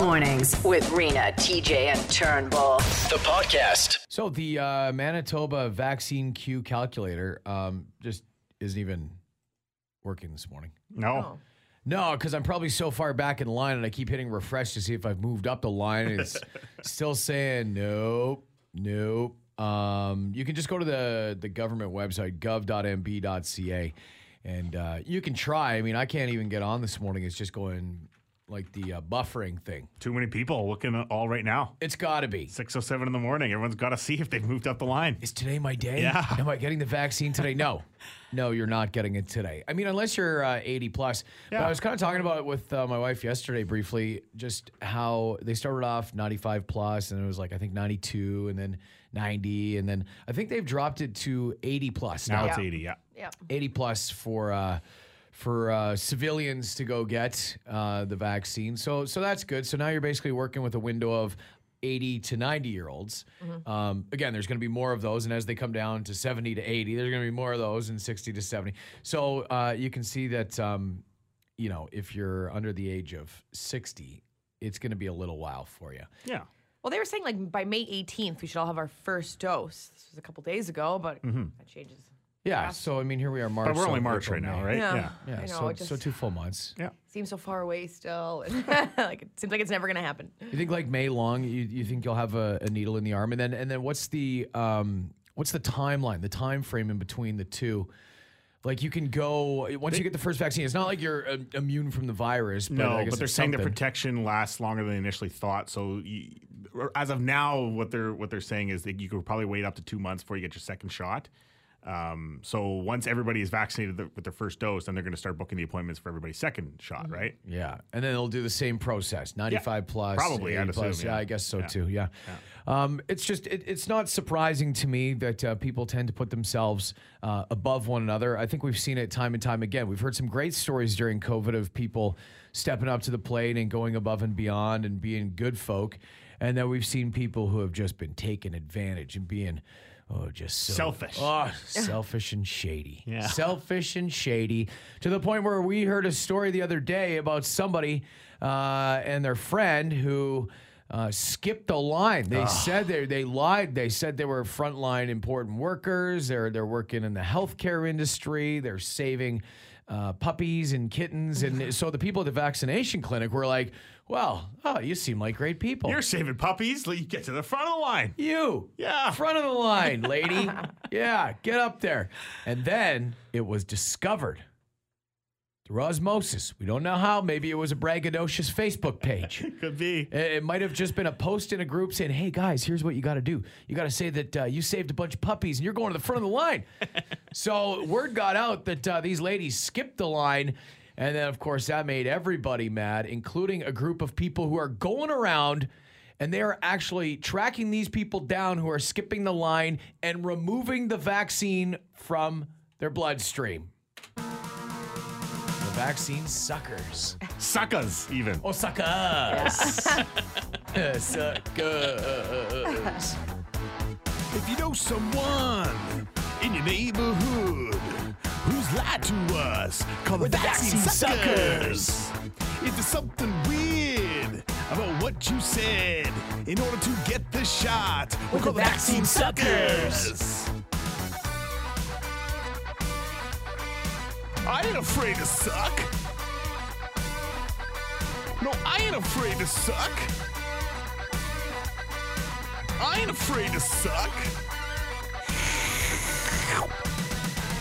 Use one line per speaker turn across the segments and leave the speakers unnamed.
Mornings with Rena, TJ, and Turnbull.
The podcast.
So the uh, Manitoba vaccine queue calculator um, just isn't even working this morning.
Oh.
No.
No, because I'm probably so far back in line, and I keep hitting refresh to see if I've moved up the line. And it's still saying nope, nope. Um, you can just go to the the government website gov.mb.ca, and uh, you can try. I mean, I can't even get on this morning. It's just going like the uh, buffering thing.
Too many people looking at all right now.
It's got to be.
6.07 in the morning. Everyone's got to see if they've moved up the line.
is today my day?
Yeah.
Am I getting the vaccine today? No, no, you're not getting it today. I mean, unless you're uh, 80 plus. But
Yeah.
I was kind of talking about it with uh, my wife yesterday briefly, just how they started off 95 plus, and it was like I think 92, and then 90, and then I think they've dropped it to 80 plus
Now
now.
it's
Yeah.
80, yeah.
Yeah.
80 plus for uh, for uh, civilians to go get uh, the vaccine. So so that's good. So now you're basically working with a window of 80 to 90 year olds.
Mm-hmm.
Um, again, there's going to be more of those, and as they come down to 70 to 80, there's going to be more of those, and 60 to 70. So uh, you can see that um, you know if you're under the age of 60, it's going to be a little while for you.
Yeah.
Well, they were saying like by May 18th, we should all have our first dose. This was a couple days ago, but that changes.
Yeah. So I mean, here we are March.
But we're
so
only March
April,
right now,
May.
right?
Yeah.
Yeah.
I know.
so,
it just
so two full months.
Yeah.
seems so far away still. And like it seems like it's never going to happen.
You think like May long, you, you think you'll have a, a needle in the arm, and then and then what's the um what's the timeline, the time frame in between the two? Like you can go once you get the first vaccine, it's not like you're um, immune from the virus. But I
No,
guess
but they're
it's
saying the
something.
protection lasts longer than they initially thought. So you, as of now, what they're what they're saying is that you could probably wait up to two months before you get your second shot. Um, so once everybody is vaccinated th- with their first dose, then they're going to start booking the appointments for everybody's second shot,
Mm-hmm.
right?
Yeah, and then they'll do the same process: ninety-five plus,
Probably,
80
I'd
plus.
assume,
yeah.
yeah.
I guess so too. Yeah, Um, it's just it, it's not surprising to me that uh, people tend to put themselves uh, above one another. I think we've seen it time and time again. We've heard some great stories during COVID of people stepping up to the plate and going above and beyond and being good folk, and then we've seen people who have just been taken advantage and being. Oh, just so,
Selfish.
Oh, selfish and shady.
Yeah.
Selfish and shady to the point where we heard a story the other day about somebody uh, and their friend who uh, skipped the line. They said they they lied. They said they were frontline important workers. They're they're working in the healthcare industry. They're saving uh, puppies and kittens. And so the people at the vaccination clinic were like, "Well, oh, you seem like great people.
You're saving puppies. Let you get to the front of the line.
You.
Yeah.
Front of the line, lady. yeah, get up there. And then it was discovered through osmosis. We don't know how. Maybe it was a braggadocious Facebook page.
Could be.
It it might have just been a post in a group saying, "Hey guys, here's what you got to do. You got to say that uh, you saved a bunch of puppies and you're going to the front of the line." so word got out that uh, these ladies skipped the line, and then of course that made everybody mad, including a group of people who are going around. And they are actually tracking these people down who are skipping the line and removing the vaccine from their bloodstream. The vaccine suckers.
Suckers, even.
Osaka's. Osaka's.
If you know someone in your neighborhood who's lied to us, call the vaccine, suckers. If there's something weird about what you said, in order to get the shot, we'll call the vaccine, suckers. I ain't afraid to suck. No, I ain't afraid to suck. I ain't afraid to suck.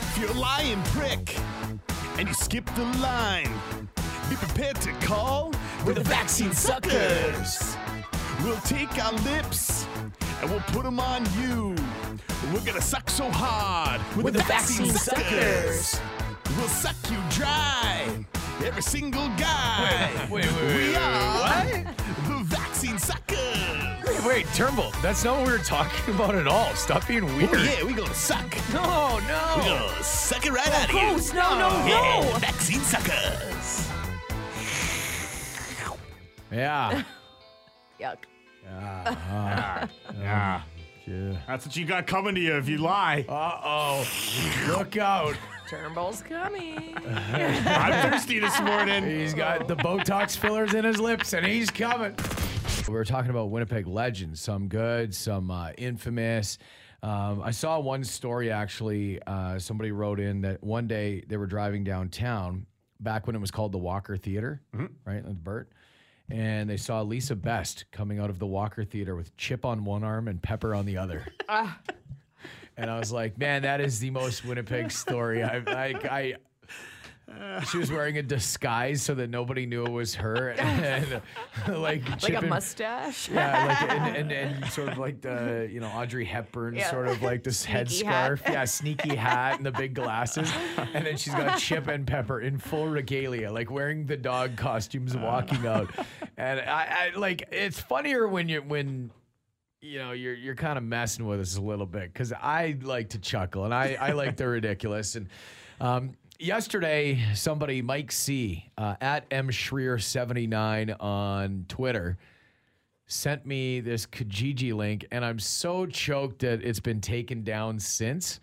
If you're a lying prick and you skip the line, be prepared to call. We're the vaccine suckers. We'll take our lips and we'll put them on you. We're gonna suck so hard. We're, the, vaccine, suckers. We'll suck you dry. Every single guy.
Wait, wait, wait,
we
wait,
are the vaccine suckers.
Wait, wait, Turnbull, that's not what we were talking about at all. Stop being weird.
Yeah, we gonna suck.
No,
We
no.
gonna suck it right out of you.
Gross. No, no,
Yeah,
no.
vaccine suckers.
Yeah.
Yuck.
Yeah. That's what you got coming to you if you lie.
Uh oh. Look out.
Turnbull's coming.
I'm thirsty this morning.
He's got the Botox fillers in his lips, and he's coming. We were talking about Winnipeg legends, some good, some uh, infamous. Um, I saw one story actually. Uh, somebody wrote in that one day they were driving downtown back when it was called the Walker Theater, right? That's Bert. And they saw Lisa Best coming out of the Walker Theater with chip on one arm and pepper on the other. and I was like, man, that is the most Winnipeg story. I, I, I, she was wearing a disguise so that nobody knew it was her, and like
like a
chipping-
mustache.
Yeah, like and, and, and sort of like the you know Audrey Hepburn
Yeah.
sort of like this
Sneaky
headscarf, yeah, sneaky hat and the big glasses, and then she's got Chip and Pepper in full regalia, like wearing the dog
Uh.
costumes, walking out, and I, I like it's funnier when you when you know you're you're kind of messing with us a little bit because I like to chuckle and I I like the ridiculous and um, yesterday somebody Mike C uh, at M Schreer seventy nine on Twitter sent me this Kijiji link and I'm so choked that it's been taken down since.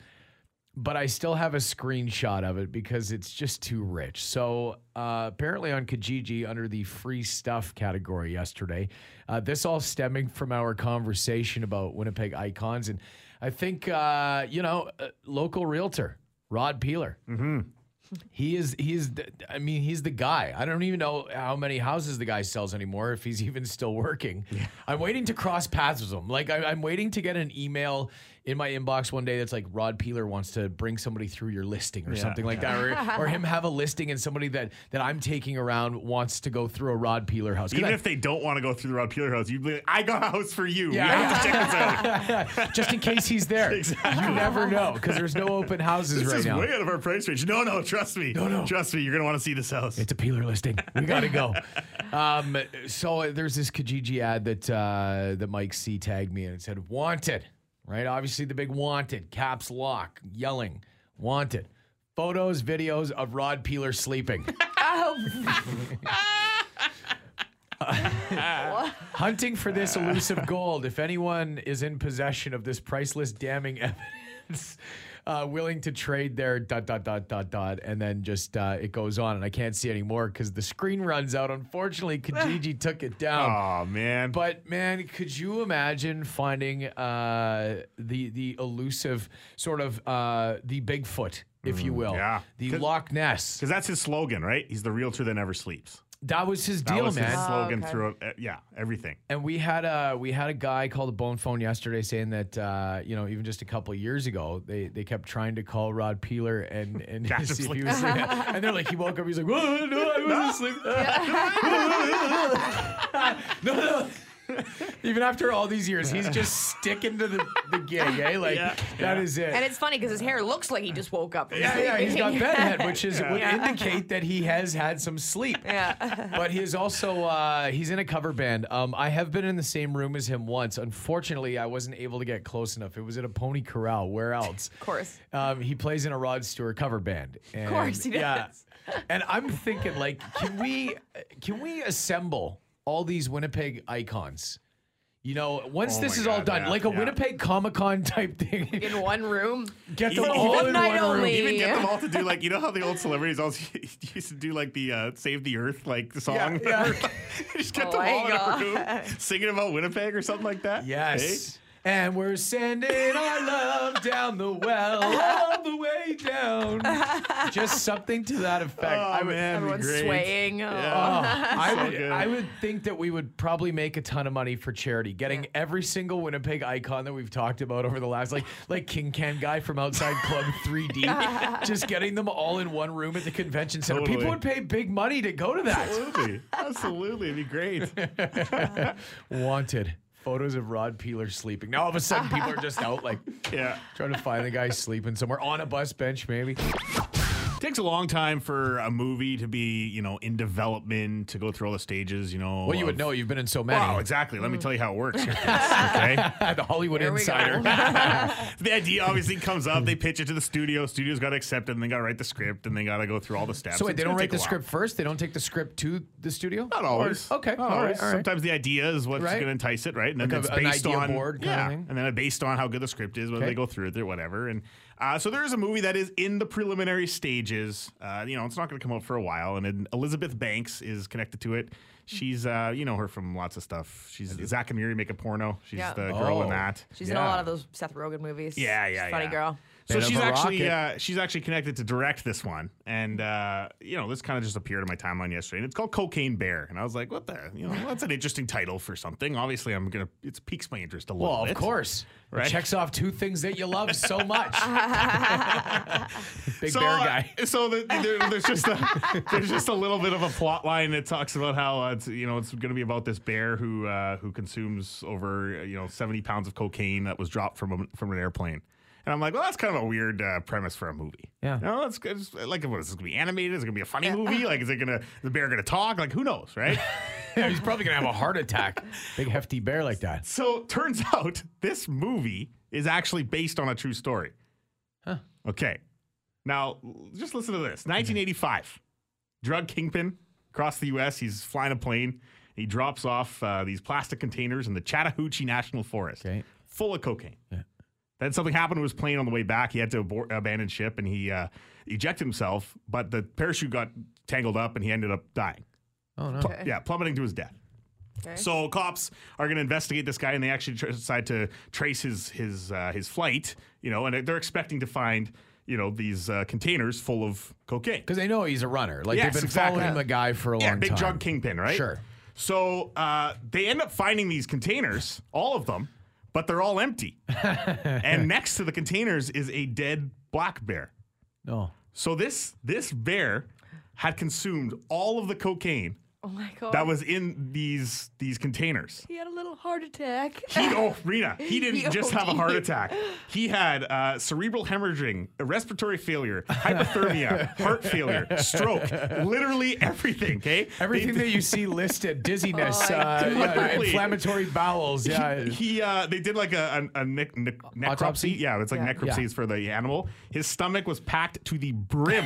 But I still have a screenshot of it because it's just too rich. So uh, apparently on Kijiji under the free stuff category yesterday, uh, this all stemming from our conversation about Winnipeg icons, and I think uh, you know uh, local realtor Rod Peeler. He is he is the, I mean he's the guy. I don't even know how many houses the guy sells anymore if he's even still working. I'm waiting to cross paths with him. Like I, I'm waiting to get an email in my inbox one day that's like Rod Peeler wants to bring somebody through your listing or something like that, or, or him have a listing and somebody that that I'm taking around wants to go through a Rod Peeler house. 'Cause
Even
I-
if they don't want to go through the Rod Peeler house, you'd be like, I got a house for you.
Yeah.
You have to check this out.
just in case he's there, you never know because there's no open houses
This
right
is
now.
way out of our price range. No, no, trust me. No, no. Trust me, you're going to want to see this house.
It's a peeler listing. We gotta go. um, so there's this Kijiji ad that uh, that Mike C tagged me and it said wanted, right? Obviously the big wanted, caps lock, yelling, wanted. Photos, videos of Rod Peeler sleeping. Hunting for this elusive gold. If anyone is in possession of this priceless, damning evidence, uh, willing to trade their dot dot dot dot dot, and then just uh, it goes on, and I can't see anymore because the screen runs out. Unfortunately, Kijiji took it down.
Oh, man.
But man, could you imagine finding uh, the the elusive sort of uh, the Bigfoot, if you will,
Mm, yeah.
the
'Cause-
Loch Ness?
Because that's his slogan, right? He's the realtor that never sleeps.
That was his
That
deal,
was
man.
his slogan
Oh, okay.
throughout, uh, yeah, everything.
And we had a we had a guy call the bone phone yesterday saying that uh, you know even just a couple of years ago they they kept trying to call Rod Peeler and and
Catch him
see if he
sleep.
was and they're like he woke up he's like whoa no I wasn't asleep no no even after all these years he's just sticking to the, the gig eh like
Yeah.
that is it
And it's funny because his hair looks like he just woke up. from
yeah, yeah, he's got
sleeping.
bedhead, which is would
Yeah.
indicate that he has had some sleep.
Yeah.
but he is also uh, he's in a cover band. Um, I have been in the same room as him once. Unfortunately, I wasn't able to get close enough. It was at a Pony Corral. Where else? Of
course.
Um, he plays in a Rod Stewart cover band. And, of
course he does.
And I'm thinking, like, can we can we assemble all these Winnipeg icons? You know, once
Oh
this
my
is all
God,
done,
yeah,
like a
yeah.
Winnipeg Comic Con type thing,
In one room.
get them
Even-
all
even
in
night
one room.
only.
Even get
Yeah.
them all to do like you know how the old celebrities also used to do like the uh, "Save the Earth" like song.
yeah.
Just get
Oh
them
my
all in
God.
a room singing about Winnipeg or something like that. eh?
Yes. And we're sending our love down the well, all the way down. Just something to that effect.
Eh? Oh
I would,
man,
Everyone's
great.
swaying.
oh,
Yeah.
I,
So
would
good.
I would think that we would probably make a ton of money for charity, getting
Yeah.
every single Winnipeg icon that we've talked about over the last, like like King Can guy from outside Club 3D, just getting them all in one room at the convention center. People
Totally.
would pay big money to go to that.
Absolutely, absolutely, it'd be great.
Wanted photos of Rod Peeler sleeping. Now all of a sudden, people are just out like.
Yeah.
Trying to find the guy sleeping somewhere on a bus bench, maybe.
takes a long time for a movie to be, you know, in development, to go through all the stages, you know.
Well, you would
of-
know. You've been in so many.
Wow, exactly. Let me tell you how it works. Here, kids, okay.
the Hollywood
Here we go.
Insider.
the idea obviously comes up. They pitch it to the studio. Studio's got to accept it, and they got to write the script, and they got to go through all the steps.
So wait,
It's
they
gonna
don't write
take
the
a while.
script first. They don't take the script to the studio.
Not always.
Or- okay.
Not
all
always.
right. All right.
Sometimes the idea is what's
Right.
going to entice it, right? And then
Like a-
it's
an
based
idea
on
board kinda
yeah,
thing?
and then it's based on how good the script is, whether
Okay.
they go through it or whatever. And Uh, so there is a movie that is in the preliminary stages. Uh, you know, it's not going to come out for a while, and then Elizabeth Banks is connected to it. She's, uh, you know, her from lots of stuff. She's Zach and Miri make a porno. She's
Yeah.
the girl
Oh.
in that.
She's in a
Yeah.
lot of those Seth Rogen movies.
Yeah,
She's
yeah,
a funny
yeah.
girl.
So
Bit of
she's
a
actually
rocket.
uh, she's actually connected to direct this one, and uh, you know this kind of just appeared on my timeline yesterday, and it's called Cocaine Bear, and I was like, what the, you know, that's an interesting title for something. Obviously, I'm gonna it piques my interest a little.
Well, of
bit.
course. It
Right.
checks off two things that you love so much. Big
So,
bear
uh,
guy.
so the, there, there's just a, there's just a little bit of a plot line that talks about how uh, it's you know it's going to be about this bear who uh, who consumes over uh, you know 70 pounds of cocaine that was dropped from a, from an airplane. And I'm like, well, that's kind of a weird uh, premise for a movie.
Yeah.
You know, it's, it's like, what is this going to be animated? Is it going to be a funny movie? Like, is it going to the bear going to talk? Like, who knows, right?
Yeah, he's probably gonna have a heart attack. Big hefty bear like that.
So turns out this movie is actually based on a true story. Huh. Okay. Now l- just listen to this. 1985. Drug kingpin across the U.S. He's flying a plane. He drops off uh, these plastic containers in the Chattahoochee National Forest,
Okay.
full of cocaine. Then something happened to his plane on the way back. He had to abort, abandon ship and he uh, ejected himself, but the parachute got tangled up and he ended up dying.
Oh no.
Pl- yeah, plummeting to his death.
Okay.
So cops are going to investigate this guy, and they actually tr- decide to trace his his uh, his flight. You know, and they're expecting to find you know these uh, containers full of cocaine.
Because they know he's a runner. Like
Yes,
they've been
exactly.
following the guy for a
Yeah,
long
big
time.
drug kingpin, right?
Sure.
So uh, they end up finding these containers, all of them, but they're all empty. and next to the containers is a dead black bear.
No.
So this this bear had consumed all of the cocaine
Oh my god.
that was in these these containers.
he had a little heart attack.
He, oh, Rena, he didn't
He
just have a heart
OD'd.
attack. He had uh, cerebral hemorrhaging, respiratory failure, hypothermia, heart failure, stroke, literally everything, okay?
Everything
They-
that you see listed, dizziness,
Oh,
uh,
my
yeah,
God.
inflammatory bowels. Yeah.
he uh, they did like a, a, a nec- nec- necropsy.
Autopsy?
Yeah, it's like
Yeah.
necropsies for the animal. His stomach was packed to the brim,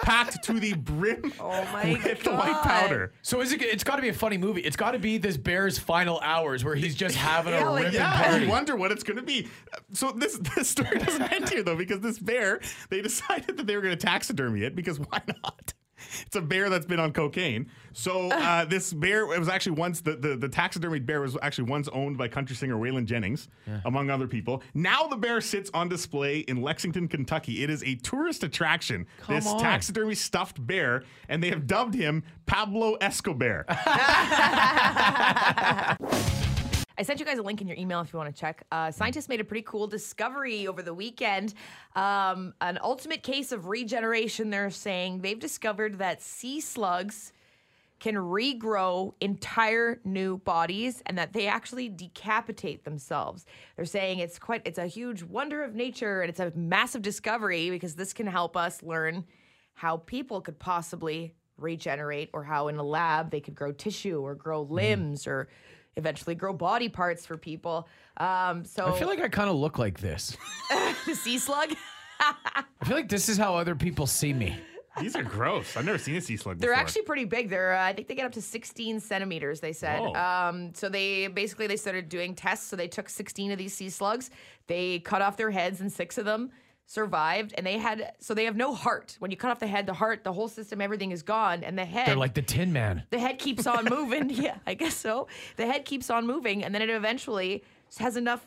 packed to the brim
Oh my
with the white
God.
powder.
so is it? It's got to be a funny movie. It's got to be this bear's final hours where he's just having
Yeah,
a
like-
ripping
Yeah,
party.
I wonder what it's going to be. Uh, So this this story doesn't end here though, because this bear they decided that they were going to taxidermy it because why not? It's a bear that's been on cocaine. So uh, this bear it was actually once the, the the taxidermied bear was actually once owned by country singer Waylon Jennings, among other people. Now the bear sits on display in Lexington, Kentucky. It is a tourist attraction. this
on.
taxidermy stuffed bear, and they have dubbed him Pablo Escobar.
I sent you guys a link in your email if you want to check. Uh, scientists made a pretty cool discovery over the weekend. Um, an ultimate case of regeneration, they're saying. They've discovered that sea slugs can regrow entire new bodies and that they actually decapitate themselves. They're saying it's quite it's a huge wonder of nature and it's a massive discovery because this can help us learn how people could possibly regenerate or how in a lab they could grow tissue or grow
Mm-hmm.
limbs or eventually grow body parts for people. Um so
I feel like I kind of look like this.
the sea slug
I feel like this is how other people see me.
These are gross. I've never seen a sea slug
They're
before.
actually pretty big. They're uh, I think they get up to 16 centimeters. They said.
Whoa.
Um, so they basically they started doing tests. So they took 16 of these sea slugs. They cut off their heads, and six of them survived. And they had so they have no heart. When you cut off the head, the heart, the whole system, everything is gone, and the head.
They're like the Tin Man.
the head keeps on moving. yeah, I guess so. The head keeps on moving, and then it eventually has enough.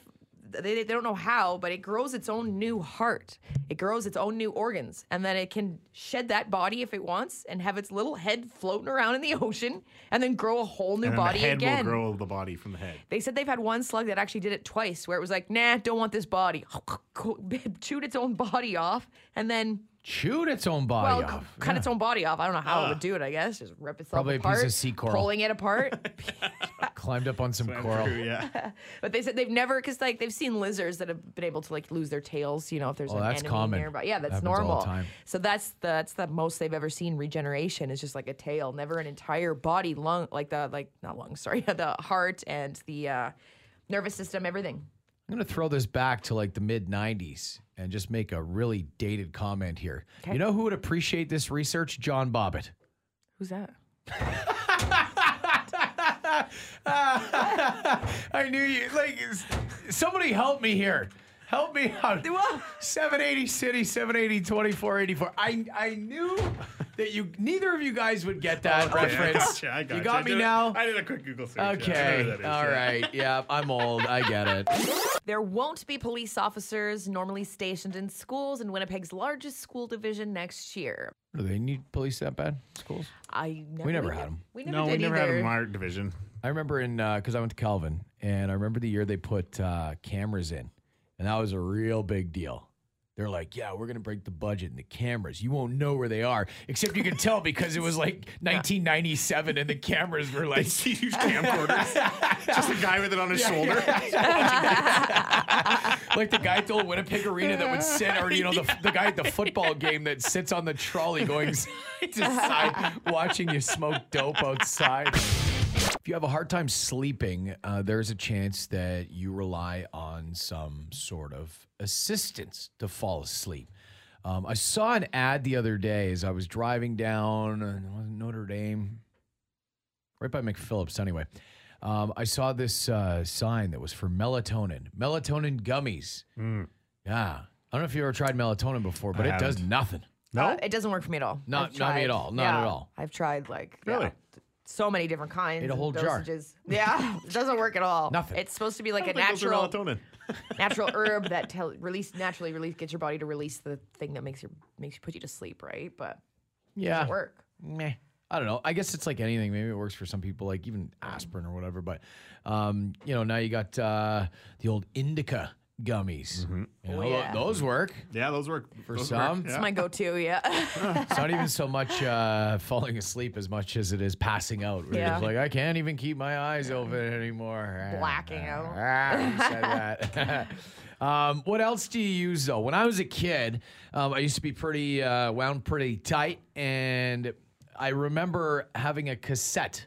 They, they don't know how, but it grows its own new heart. It grows its own new organs, and then it can shed that body if it wants, and have its little head floating around in the ocean, and then grow a whole new
and then
body
the head
again.
will grow the body from the head.
They said they've had one slug that actually did it twice, where it was like, "Nah, don't want this body." Chewed its own body off, and then
Chewed its own body
well, c-
off.
cut
Yeah. Ah.
its own body off. I don't know how it would do it. I guess just rip itself
Probably a piece
apart,
of sea coral.
pulling it apart.
Climbed up on some coral.
Yeah.
But they said they've never, because like they've seen lizards that have been able to like lose their tails. You know, if there's
Oh,
an
that's
enemy
common.
nearby. Yeah, that's
Happens all the
normal.
time.
So that's the, that's the most they've ever seen regeneration is just like a tail, never an entire body, lung, like the like not lungs, sorry, the heart and the uh, nervous system, everything.
I'm going to throw this back to like the mid 90s and just make a really dated comment here. You know who would appreciate this research? John Bobbitt.
Who's that?
I knew you. Like, somebody help me here. Help me out.
Well-
780 City, 780 2484. I, I knew that you neither of you guys would get that
Okay, I
reference.
Oh, gotcha, I gotcha.
You got
I
me
did a-
now?
I did a quick Google search.
Okay. All right. Yeah, I'm old. I get it.
There won't be police officers normally stationed in schools in Winnipeg's largest school division next year.
Do they need police that bad? Schools?
I never,
never had 'em.
We never
No, we
did
never
either.
had a Mark division.
I remember in because I went to Calvin, and I remember the year they put uh, cameras in, and that was a real big deal. They're like, yeah, we're gonna break the budget and the cameras. You won't know where they are, except you can tell because it was like 1997, and the cameras were like,
It's huge camcorders. Just a guy with it on his shoulder.
like the guy at the old Winnipeg Arena that would sit, or you know, the, the guy at the football game that sits on the trolley going side to side, watching you smoke dope outside. If you have a hard time sleeping, uh, there's a chance that you rely on some sort of assistance to fall asleep. Um, I saw an ad the other day as I was driving down uh, Notre Dame, right by McPhillips. Anyway, um, I saw this uh, sign that was for melatonin, melatonin gummies. Yeah, I don't know if you ever tried melatonin before, but
Hmm. I
it does
haven't.
nothing.
Uh, it doesn't work for me at all.
Not-
I've
not me at
tried-
all. Not at
yeah,
all.
I've tried like yeah,
Really?
so many different kinds.
Ate a
and
whole jar.
dosages. Yeah, it doesn't work at all.
Nothing.
It's supposed to be like a
I think those are
natural
melatonin.
natural herb that tell, release naturally release gets your body to release the thing that makes your makes you put you to sleep, right? But
Yeah,
doesn't work.
meh. I don't know. I guess it's like anything. Maybe it works for some people, like even aspirin or whatever. But um, you know, now you got uh, the old indica gummies. You know,
yeah.
Those work.
Yeah, those work.
For
those
some.
work.
It's
It's
Yeah.
my go-to. Yeah.
It's not even so much uh, falling asleep as much as it is passing out. Where
Yeah.
It's like I can't even keep my eyes open anymore.
Blacking out.
Ah, I said that. um, what else do you use though? When I was a kid, um, I used to be pretty uh, wound pretty tight, and I remember having a cassette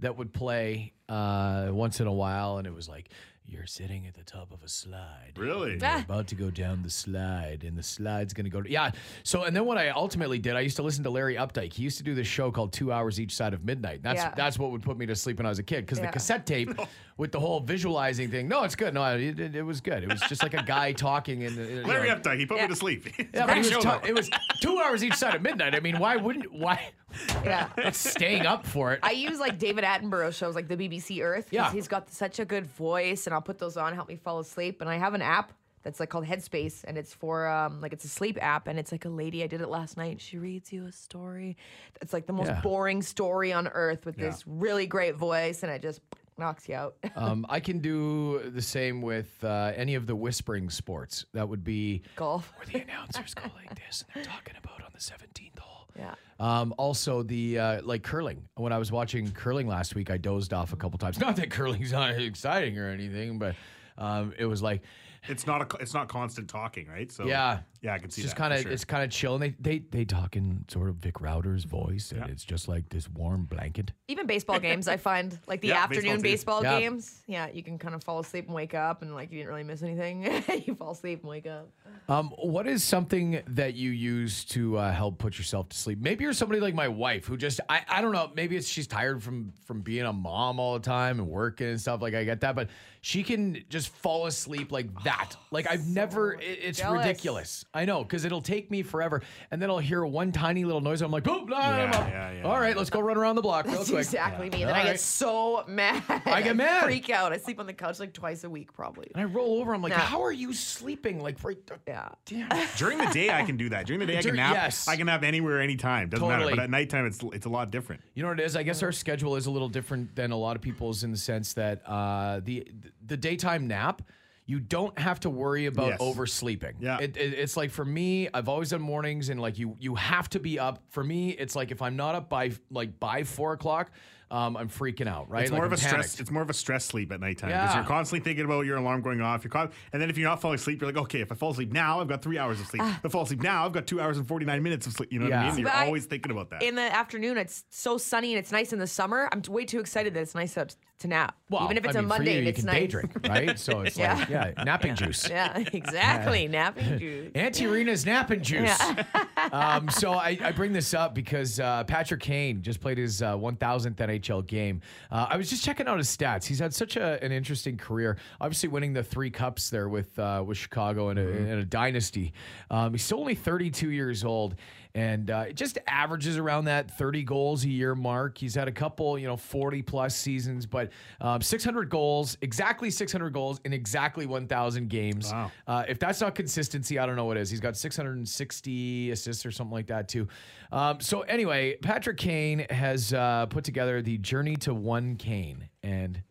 that would play uh, once in a while, and it was like. You're sitting at the top of a slide.
Really?
Ah.
You're about to go down the slide, and the slide's going to go. Yeah. So, and then what I ultimately did, I used to listen to Larry Updike. He used to do this show called Two Hours Each Side of Midnight. That's
Yeah.
that's what would put me to sleep when I was a kid because the
Yeah.
cassette tape with the whole visualizing thing. No, it's good. No, it, it, it was good. It was just like a guy talking in the. you
Larry
know.
Updike, he put me to sleep.
Yeah, but it was, ta-
talking.
it was two hours each side of midnight. I mean, why wouldn't why
yeah.
staying up for it?
I use like David Attenborough shows, like the BBC Earth. 'cause
Yeah.
He's got such a good voice, and I'll put those on, help me fall asleep. And I have an app that's like called Headspace, and it's for um like it's a sleep app, and it's like a lady. I did it last night. She reads you a story. It's like the most
Yeah.
boring story on earth with this really great voice, and it just knocks you out.
Um, I can do the same with uh, any of the whispering sports. That would be
Golf.
where the announcers go like this and they're talking about on the 17th hole.
Yeah.
Um, also, the uh, like curling. When I was watching curling last week, I dozed off a couple times. Not that curling's not exciting or anything, but um, it was like
It's not a, it's not constant talking, right? So
Yeah.
Oh, yeah, I can
it's
see
just
that. for
kind of
sure.
it's kind of chill. And they they they talk in sort of Vic Router's voice, and
Yeah.
it's just like this warm blanket.
Even baseball games, I find like the
Yeah,
afternoon
baseball
baseball,
Yeah.
games. Yeah, you can kind of fall asleep and wake up, and like you didn't really miss anything. you fall asleep and wake up.
Um, what is something that you use to uh, help put yourself to sleep? Maybe you're somebody like my wife who just I, I don't know. Maybe it's she's tired from from being a mom all the time and working and stuff. Like I get that, but she can just fall asleep like that. Like I've never. it- it's
Ah, jealous.
ridiculous. I know because it'll take me forever, and then I'll hear one tiny little noise. I'm like, boom, no, I'm
Yeah,
up.
yeah, yeah.
All right, let's go run around the block real
That's
quick.
exactly me. Then
All
I
right.
get so mad.
I get mad.
Freak out. I sleep on the couch like twice a week, probably.
And I roll over. I'm like,
Nah.
how are you sleeping? Like right.
Yeah.
Damn.
During the day, I can do that. During the day, I can
Dur-
nap.
yes.
I can nap anywhere, anytime. Doesn't
Totally.
matter. But at nighttime, it's it's a lot different.
You know what it is? I guess our schedule is a little different than a lot of people's in the sense that uh, the the daytime nap, you don't have to worry about
Yes.
oversleeping.
Yeah.
It, it- it's like for me, I've always done mornings, and like you, you have to be up. For me, it's like if I'm not up by like by four o'clock, um, I'm freaking out. Right?
It's
Like,
more
I'm
of a stress.
panicked.
It's more of a stress sleep at nighttime because
Yeah.
you're constantly thinking about your alarm going off. You're con- and then if you're not falling asleep, you're like, okay, if I fall asleep now, I've got three hours of sleep.
Ah.
if I fall asleep now, I've got two hours and forty nine minutes of sleep. You know what
Yeah.
I mean? You're
But I-
always thinking about that.
In the afternoon, it's so sunny and it's nice in the summer. I'm t- way too excited that it's nice out to nap.
Well,
Even if
I
it's
mean, for
a Monday,
you,
and
you
it's
can
nice.
daydream, right? So it's like yeah, napping juice.
Yeah, exactly. Napping juice.
Auntie Rena's napping juice. um, so I, I bring this up because uh, Patrick Kane just played his uh, 1,000th NHL game. Uh, I was just checking out his stats. He's had such a, an interesting career. Obviously, winning the three cups there with uh, with Chicago and a, and a dynasty. Um, he's only 32 years old, and uh, it just averages around that 30 goals a year mark. He's had a couple, you know, 40 plus seasons, but um, 600 goals, exactly 600 goals in exactly 1,000 games.
Wow.
Uh, if that's not consistency, I don't know what is. He's got 660 assists or something like that too. Um, so anyway, Patrick Kane has uh, put together the Journey to One Kane, and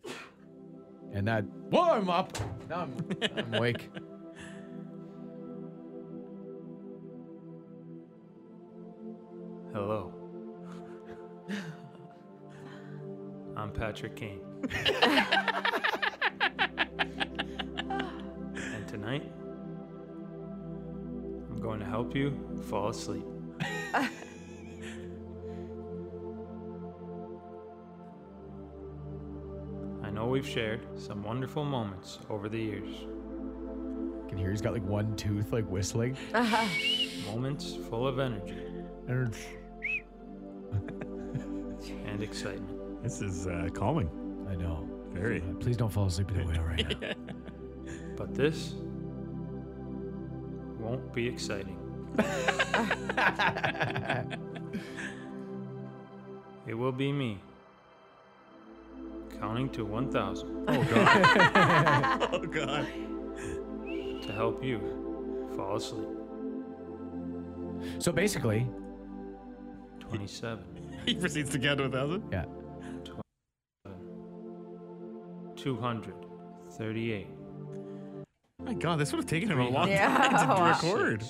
and that. Whoa, I'm up. Now I'm, I'm awake.
Hello. I'm Patrick Kane. and tonight, I'm going to help you fall asleep. I know we've shared some wonderful moments over the years,
Can hear he's got like one tooth like whistling.
moments full of energy
And it's-
and excitement.
This is uh, calming.
I know.
Very.
Uh, please don't fall asleep in the wheel right now.
But this won't be exciting. it will be me counting to 1,000
Oh god. oh god.
to help you fall asleep.
So basically,
27,
He proceeds to count to a thousand.
yeah.
238,
My god, this would have taken him a long
Yeah.
time to
Wow.
record.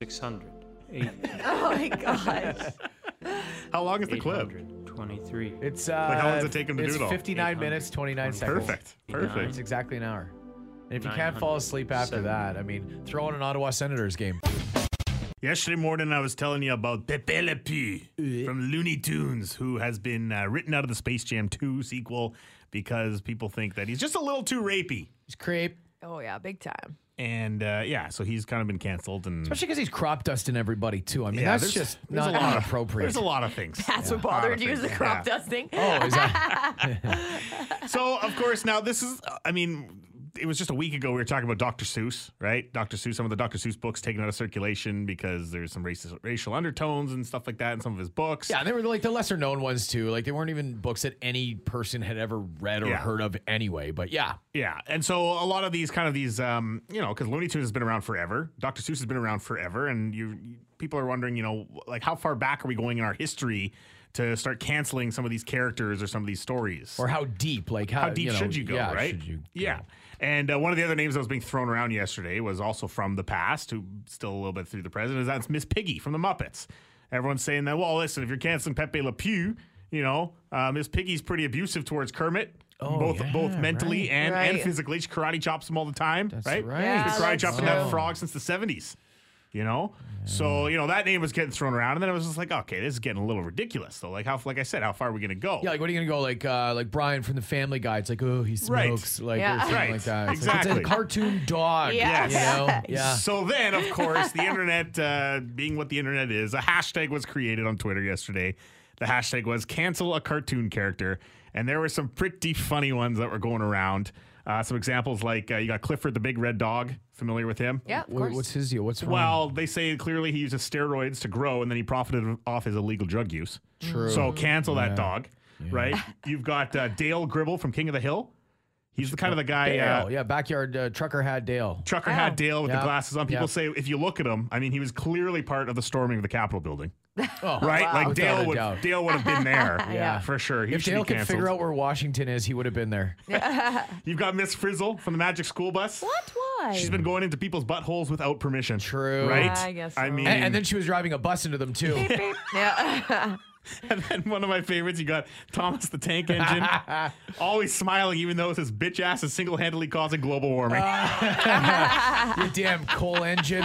600, 8,
Oh my gosh.
How long is the clip?
800, 23,
It's uh,
how long does it take him to
it's
do it all?
59 minutes, 29 seconds.
Perfect. Perfect.
It's exactly an hour. And if you can't fall asleep after
970.
that, I mean, throw in an Ottawa Senators game.
Yesterday morning, I was telling you about Pepe Le Pew from Looney Tunes, who has been uh, written out of the Space Jam 2 sequel because people think that he's just a little too rapey.
He's creep,
Oh yeah, big time.
And uh, yeah, so he's kind of been canceled. And
especially because he's crop dusting everybody too. I mean,
yeah,
that's
there's-
just
there's
not,
a lot of-
appropriate.
There's a lot of things.
That's what
A lot of
bothered you is the
things,
crop
yeah.
dusting.
Oh, is that?
So of course, now this is. I mean, it was just a week ago we were talking about Dr. Seuss, right? Dr. Seuss, some of the Dr. Seuss books taken out of circulation because there's some racist, racial undertones and stuff like that in some of his books.
Yeah, and they were like the lesser known ones too. Like they weren't even books that any person had ever read or
Yeah.
heard of anyway. But yeah,
Yeah, and so a lot of these kind of these, um, you know, because Looney Tunes has been around forever, Dr. Seuss has been around forever, and you you- people are wondering, you know, like how far back are we going in our history to start canceling some of these characters or some of these stories?
or how deep? Like how,
how deep
know,
should you go,
yeah,
right?
should you go?
Yeah. And uh, one of the other names that was being thrown around yesterday was also from the past, who still a little bit through the present, is that's Miss Piggy from the Muppets. Everyone's saying that, well, listen, if you're canceling Pepe Le Pew, you know, uh, Miss Piggy's pretty abusive towards Kermit.
Oh,
both
yeah,
both mentally
right.
and, and
Right.
physically. She karate chops him all the time.
That's
right?
right. Oh.
Yeah,
She's been karate
that's
chopping
true.
that frog since the 70s you know so you know that name was getting thrown around and then i was just like okay this is getting a little ridiculous though like how like i said how far are we gonna go
Yeah, like what are you gonna go like uh, like Brian from the Family Guy? It's like oh he
Right.
smokes like
Yeah.
or something
Right.
like that. It's like,
Exactly.
it's a cartoon dog.
Yeah.
you know? yeah.
So then, of course, the internet, uh, being what the internet is, a hashtag was created on Twitter yesterday. The hashtag was cancel a cartoon character. And there were some pretty funny ones that were going around. Uh, some examples like uh, you got Clifford the Big Red Dog, familiar with him?
Yeah, of
Wha-
course.
what's his deal? What's wrong?
Well, they say clearly he uses steroids to grow and then he profited off his illegal drug use.
True.
So cancel that dog, right? You've got uh, Dale Gribble from King of the Hill. He's the kind of the guy. uh,
Dale, yeah, backyard uh, trucker hat Dale.
trucker hat Dale with
Yeah.
the glasses on. People
Yeah.
say if you look at him, I mean, he was clearly part of the storming of the Capitol building,
Oh,
right? Like
Without
Dale
a
would
doubt.
Dale would have been there, yeah, for sure. He
if
should
Dale
be
could
canceled.
figure out where Washington is, he would have been there.
You've got Miss Frizzle from the Magic School Bus.
what? Why?
She's been going into people's buttholes without permission.
True.
Right?
Yeah, I guess
I
so.
mean,
A- And, then she was driving a bus into them too.
yeah.
and then one of my favorites, you got Thomas the Tank Engine, always smiling, even though his bitch ass is single handedly causing global warming.
Uh, you damn coal engine.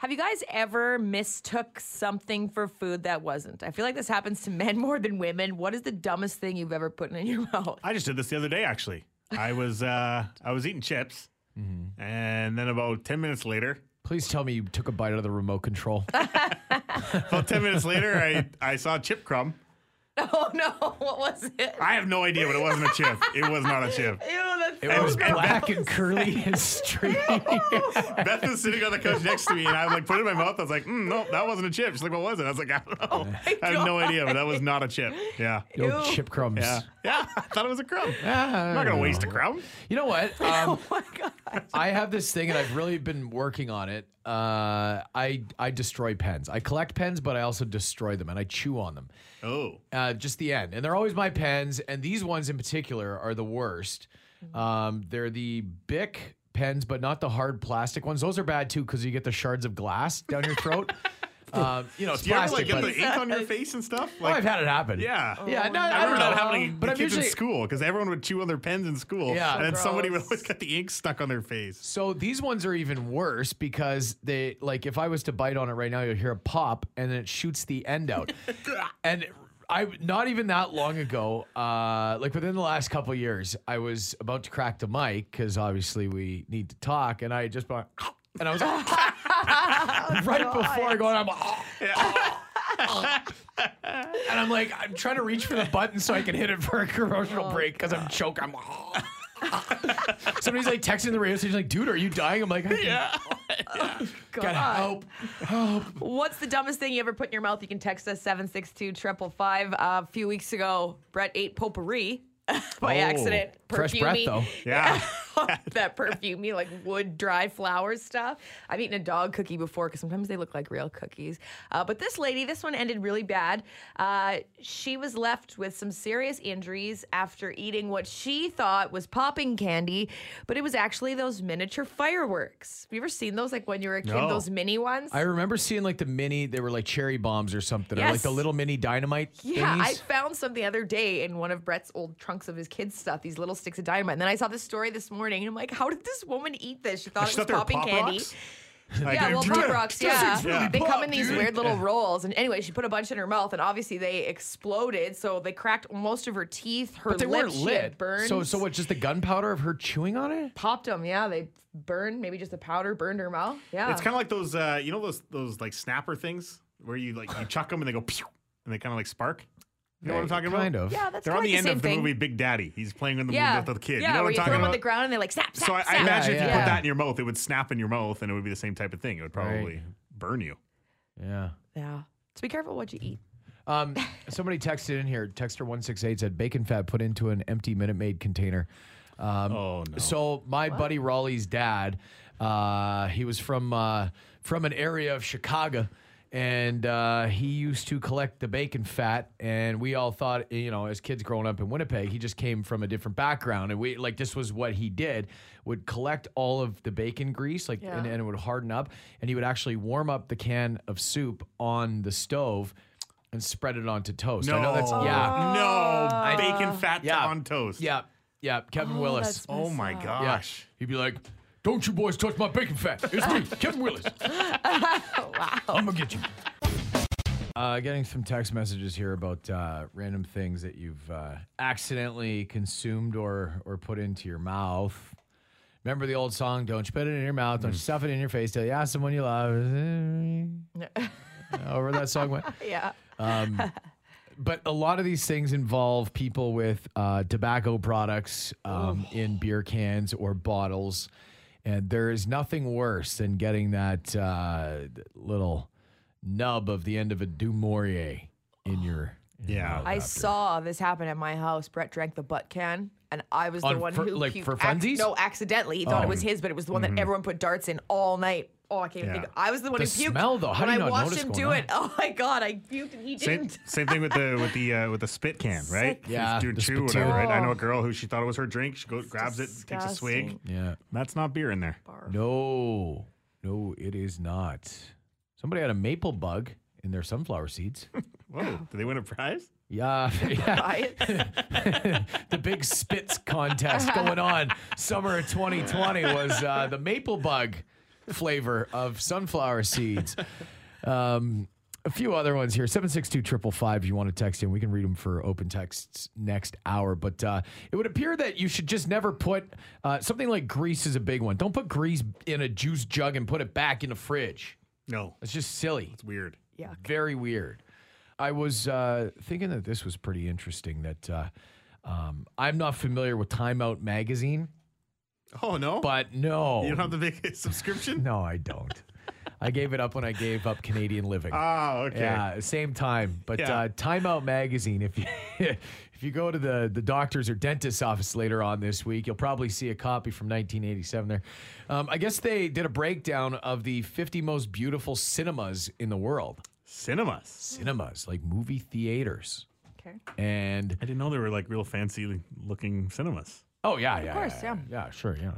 Have you guys ever mistook something for food that wasn't? I feel like this happens to men more than women. What is the dumbest thing you've ever put in your mouth?
I just did this the other day actually. I was uh, I was eating chips,
Mm-hmm.
and then about ten minutes later,
Please tell me you took a bite out of the remote control.
about ten minutes later, I I saw a chip crumb,
Oh no, what was it?
I have no idea, but it wasn't a chip. It was not a chip.
Ew, that's
It
so
was
gross.
black and curly and streaky.
Beth was sitting on the couch next to me, and I like put it in my mouth. I was like, mm, no, that wasn't a chip. She's like, what was it? I was like, I don't know.
my
I have no
God.
idea, but that was not a chip. Yeah.
The old
Ew.
chip crumbs.
Yeah. Yeah. I thought it was a crumb. I'm
I'm
not going to waste a crumb.
You know what? Um,
Oh my god.
I have this thing, and I've really been working on it. Uh, I I destroy pens. I collect pens, but I also destroy them, and I chew on them.
Oh.
Uh, just the end, and they're always my pens. And these ones in particular are the worst.
Mm-hmm.
Um, they're the Bic pens, but not the hard plastic ones. Those are bad too because you get the shards of glass down your throat. um, you know, it's
Do you ever
plastic.
like get
but-
the ink on your face and stuff?
Oh,
Like,
I've had it happen.
yeah.
Oh
Yeah, no,
I
I don't
remember
know.
that happening
but
to
I'm
kids in
usually
school because everyone would chew on their pens in school.
Yeah.
And then somebody would
Gross.
always get the ink stuck on their face.
So these ones are even worse because they like if I was to bite on it right now, you'll hear a pop and then it shoots the end out. and I not even that long ago, uh, like within the last couple of years, I was about to crack the mic because obviously we need to talk, and I had just bought. And I was right before I go, on, I'm and I'm like, I'm trying to reach for the button so I can hit it for a commercial break because I'm choked. I'm somebody's like texting the radio station, like, dude, are you dying? I'm like, yeah,
God.
gotta help.
What's the dumbest thing you ever put in your mouth? You can text us 762 555. Uh, A few weeks ago, Brett ate potpourri by
Oh,
accident.
fresh breath, though.
Yeah.
that perfumey, like wood dry flower stuff. I've eaten a dog cookie before because sometimes they look like real cookies. Uh, but this lady, this one ended really bad. Uh, she was left with some serious injuries after eating what she thought was popping candy, but it was actually those miniature fireworks. Have you ever seen those? Like when you were a kid,
No.
those mini ones?
I remember seeing like the mini, they were like cherry bombs or something, or like
Yes.
the little mini dynamite
Yeah,
thingies.
I found some the other day in one of Brett's old trunks of his kids' stuff, these little sticks of dynamite. And then I saw this story this morning, and I'm like, how did this woman eat this? She thought
She
it was
thought they were
popping
Pop
candy.
Rocks? Like,
Yeah, well, Pop Rocks, yeah.
thing's really
They come
pop,
in these
dude.
weird little rolls. And anyway, she put a bunch in her mouth, and obviously they exploded. So they cracked most of her teeth. Her
but they
lips
weren't
she had
lit.
burned.
So, so what? Just the gunpowder of her chewing on it?
Popped them, yeah. They burned, maybe just the powder burned her mouth. Yeah.
It's kind of like those, uh, you know, those those like snapper things where you like you chuck them and they go pew, and they kind of like spark. You know what I'm talking about?
Kind of.
yeah, that's
They're
kinda
on
like
the, end
same
of the
thing.
movie Big Daddy. He's playing in the
Yeah.
movie with the kid. you know
Yeah, where
what I'm
you throw
talking
them
about?
on the ground and they're like, snap, snap,
so I, I
snap.
imagine if you
yeah.
put that in your mouth, it would snap in your mouth, and it would be the same type of thing. It would probably burn you.
Yeah.
yeah. So be careful what you eat.
Um, somebody texted in here. Texter one six eight said bacon fat put into an empty Minute Maid container. Um,
Oh no.
So my buddy Raleigh's dad, uh, he was from uh, from an area of Chicago, and uh, he used to collect the bacon fat. And we all thought, you know, as kids growing up in Winnipeg, he just came from a different background, and we like this was what he did: would collect all of the bacon grease, like, and,
Yeah.
and it would harden up, and he would actually warm up the can of soup on the stove. And spread it onto toast.
no.
I know that's yeah,
No.
Oh.
Bacon fat
yeah.
on toast.
yeah, yeah. Kevin Willis.
that's
Oh my gosh.
He'd be like, "Don't you boys touch my bacon fat? It's me, Kevin Willis. I'm gonna get you." Uh, getting some text messages here about uh, random things that you've uh, accidentally consumed or or put into your mouth. Remember the old song, "Don't you put it in your mouth,
Mm.
don't you stuff it in your face till you ask someone you love." However that song went.
Yeah.
But a lot of these things involve people with uh, tobacco products um, in beer cans or bottles. And there is nothing worse than getting that uh, little nub of the end of a Du Maurier in your. in your
Yeah.
mouth
I
after.
saw this happen at my house. Brett drank the butt can, and I was the
On
one
for-
who
like,
puked
for
ac-
funsies? Oh. Mm-hmm.
no, accidentally. He thought it was his, but it was the one that everyone put darts in all night. Oh, I can't even
Yeah.
think. I was the one
The
who puked.
smell, though. How
when
do you
I
not
watched
notice
him
going
do
on?
it, oh my god, I puked and he
Same,
didn't.
same thing with the with the uh, with the spit can, right?
Sick. Oh.
Yeah,
Dude,
the
chew
spittoon.
whatever, right? I know a girl who she thought it was her drink. She goes, grabs it, takes a swig.
Disgusting.
Yeah.
That's not beer in there.
No, no, it is not. Somebody had a maple bug in their sunflower seeds.
Whoa! Did they win a prize?
yeah. yeah.
Right?
the big spits contest going on summer of 2020 was uh, the maple bug flavor of sunflower seeds. Um, a few other ones here 762 555. You want to text in? We can read them for open texts next hour. But uh, it would appear that you should just never put uh, something like grease is a big one. Don't put grease in a juice jug and put it back in the fridge.
No.
That's just silly.
It's weird.
Yuck.
Very weird. I was uh, thinking that this was pretty interesting. That uh, um, I'm not familiar with Time Out magazine,
Oh no!
but no,
you don't have the big subscription.
no, I don't. I gave it up when I gave up Canadian living.
Ah, okay.
Yeah, same time. But
Yeah.
uh, Time Out magazine. If you if you go to the the doctor's or dentist's office later on this week, you'll probably see a copy from 1987. There, um, I guess they did a breakdown of the 50 most beautiful cinemas in the world.
Cinemas.
Cinemas, like movie theaters,
Okay.
and
I didn't know they were like real fancy looking cinemas.
oh yeah, yeah,
course,
yeah,
yeah.
yeah, sure, yeah,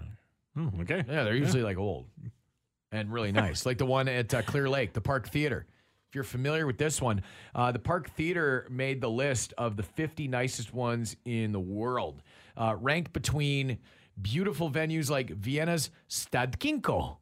Oh, okay.
yeah. They're usually like old and really nice, like the one at uh, Clear Lake, the Park Theater. If you're familiar with this one, uh, the Park Theater made the list of the 50 nicest ones in the world, uh, ranked between beautiful venues like Vienna's Stadkinko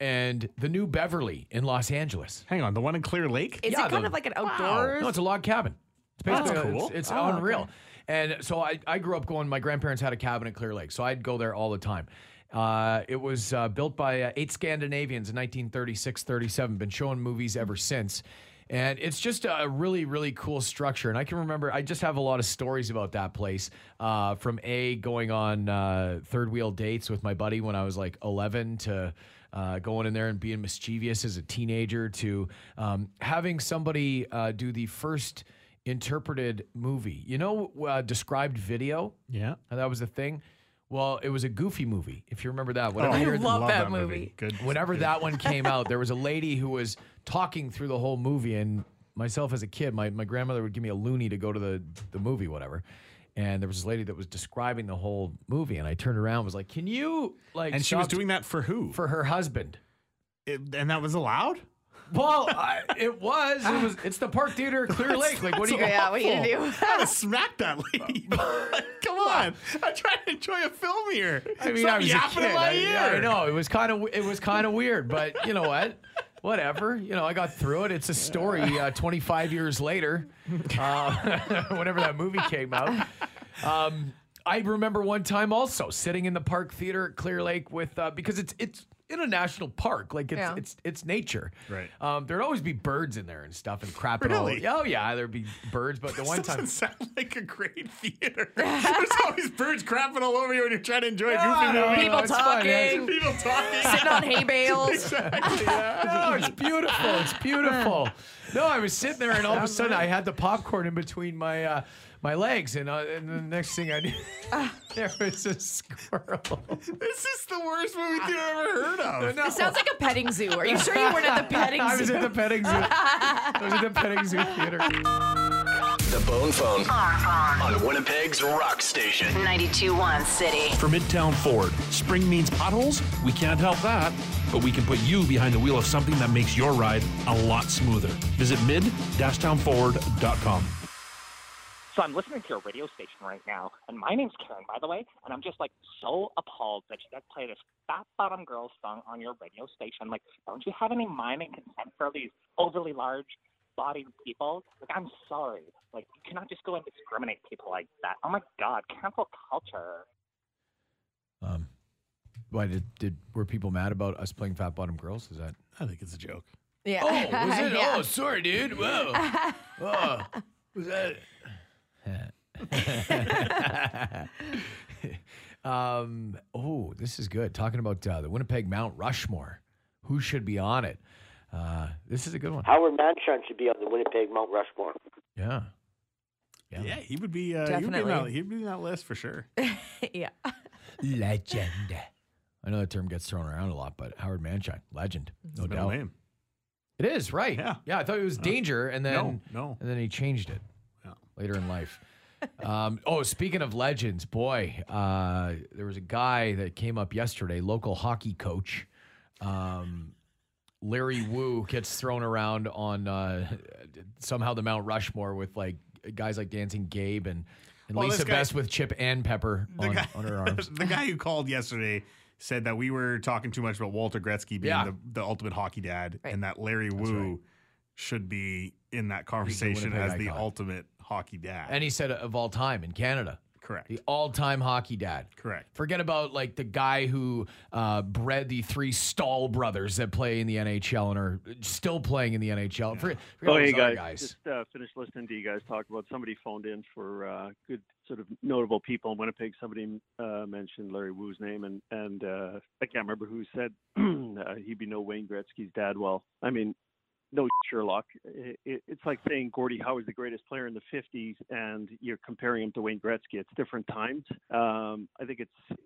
and the New Beverly in Los Angeles.
Hang on, the one in Clear Lake.
Is
Yeah,
it kind
the-
of like an outdoors?
No, it's a log cabin. It's
That's
basically
cool.
It's, it's unreal. And so I, I grew up going. My grandparents had a cabin at Clear Lake, so I'd go there all the time. Uh, it was uh, built by uh, eight Scandinavians in 1936, 37. Been showing movies ever since. And it's just a really, really cool structure. And I can remember, I just have a lot of stories about that place. Uh, from A, going on uh, third wheel dates with my buddy when I was like 11 to uh, going in there and being mischievous as a teenager to um, having somebody uh, do the first interpreted movie. You know, uh, described video?
Yeah.
And that was the thing. Well, it was a goofy movie, if you remember that. Whatever
Oh,
year-
love that movie.
Good.
whenever that one came out, there was a lady who was talking through the whole movie. And myself as a kid, my, my grandmother would give me a loony to go to the, the movie, whatever. And there was this lady that was describing the whole movie. And I turned around and was like, Can you, like,
And she was
stop t-
doing that for who?
for her husband?
It- and that was allowed.
Well, I, it was. It was. It's the Park Theater, Clear Lake. Like, what do you? Oh,
Yeah, what are you gonna do?
I gotta smack that lady. Come on, I'm trying to enjoy a film here.
I mean,
Stop
I was a
yapping
kid.
in my
I,
ear.
I know it was kind of it was kind of weird, but you know what? Whatever. You know, I got through it. It's a story. Uh, Twenty five years later, uh, whenever that movie came out. Um, I remember one time also sitting in the Park Theater at Clear Lake with uh, because it's it's in a national park, like it's
Yeah.
it's it's nature.
Right.
Um, there'd always be birds in there and stuff and crap and all.
Really?
Oh yeah, there'd be birds, but the one
This doesn't
time
sound like a great theater. There's always birds crapping all over you when you're trying to enjoy a goofy
no,
movie.
People
it's fine, man.
talking.
People talking.
Sitting on hay bales.
exactly. Yeah.
No, Oh, it's beautiful. It's beautiful. No, I was sitting there, and all of a sudden, I had the popcorn in between my uh, my legs, and uh, and the next thing I knew, there was a squirrel.
This is the worst movie theater I've ever heard of.
It sounds like a petting zoo. Are you sure you weren't at the petting
I
zoo?
was at the petting zoo. I was at the petting zoo theater.
The Bone Phone on Winnipeg's Rock Station.
92.1 City.
For Midtown Ford, spring means potholes? We can't help that. But we can put you behind the wheel of something that makes your ride a lot smoother. Visit mid-townford.com.
So I'm listening to your radio station right now, and my name's Karen, by the way, and I'm just like so appalled that you guys play this fat bottom girl song on your radio station. Like, don't you have any mind and consent for these overly large bodied people? Like, I'm sorry. Like, you cannot just go and discriminate people like that. Oh my God, cancel culture.
Um, why did, did were people mad about us playing Fat Bottom Girls? Is that?
I think it's a joke.
yeah.
Yeah. Oh, sorry, dude. Whoa. oh, was that? um, oh, this is good. Talking about uh, the Winnipeg Mount Rushmore. Who should be on it? Uh, this is a good one.
Howard Manchon should be on the Winnipeg Mount Rushmore.
Yeah. Yeah.
Yeah, he would be. Uh, he would be in that,
Definitely.
he'd be in that list for sure.
Oh.
yeah.
Legend. I know that term gets thrown around a lot, but Howard Manshine, legend, no
Middle
doubt.
name.
It is right.
Yeah.
Yeah. I thought it was danger, and then
no, no.
and then he changed it
Yeah.
later in life. um, oh, speaking of legends, boy, uh, there was a guy that came up yesterday, local hockey coach. Um, Larry Wu gets thrown around on uh, somehow the Mount Rushmore with like guys like Dancing Gabe and, and
Well,
Lisa
this guy-
Best with Chip and Pepper on, on her arms.
the guy who called yesterday said that we were talking too much about Walter Gretzky being
Yeah.
the, the ultimate hockey dad,
Right.
and that Larry Wu should be in that conversation
Winnipeg
as the
icon.
ultimate hockey dad.
And he said of all time in Canada.
Correct.
The all-time hockey dad.
Correct.
Forget about like the guy who uh, bred the three Stahl brothers that play in the NHL and are still playing in the NHL. Forget, forget
Oh,
all
hey
those other
guys. Just uh, finished listening to you guys talk about somebody phoned in for uh, good sort of notable people in Winnipeg. Somebody uh, mentioned Larry Woo's name, and and uh, I can't remember who said uh, he'd be no Wayne Gretzky's dad. Well, I mean, no Sherlock. It, it, it's like saying Gordie Howe is the greatest player in the 50s, and you're comparing him to Wayne Gretzky. It's different times. Um, I think it's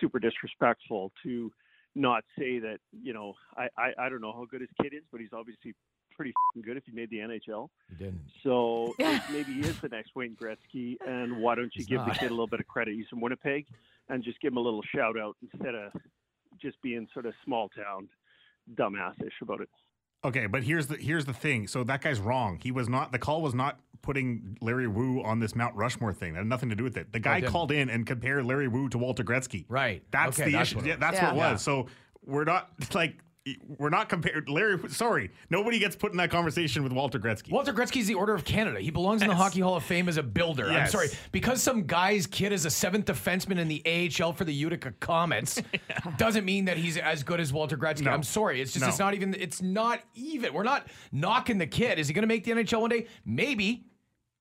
super disrespectful to not say that. You know, I, I I don't know how good his kid is, but he's obviously pretty fing good if he made the NHL.
He didn't.
So like, maybe he is the next Wayne Gretzky, and why don't you
He's
give the
not.
kid a little bit of credit? He's from Winnipeg, and just give him a little shout out instead of just being sort of small town dumbassish about it.
Okay, but here's the here's the thing. So that guy's wrong. He was not the call was not putting Larry Wu on this Mount Rushmore thing. That had nothing to do with it. The guy
didn't.
called in and compared Larry Wu to Walter Gretzky.
Right.
That's
Okay,
the
that's
issue.
what it
yeah,
was.
that's what it
Yeah.
was. So we're not like we're not compared. Larry, sorry, nobody gets put in that conversation with Walter Gretzky.
Walter Gretzky's the Order of Canada. He belongs in the Hockey Hall of Fame as a builder. I'm
Yes.
sorry. Because some guy's kid is a seventh defenseman in the AHL for the Utica Comets doesn't mean that he's as good as Walter Gretzky.
No.
I'm sorry. It's just
No.
it's not even it's not even. We're not knocking the kid. Is he gonna make the NHL one day? Maybe.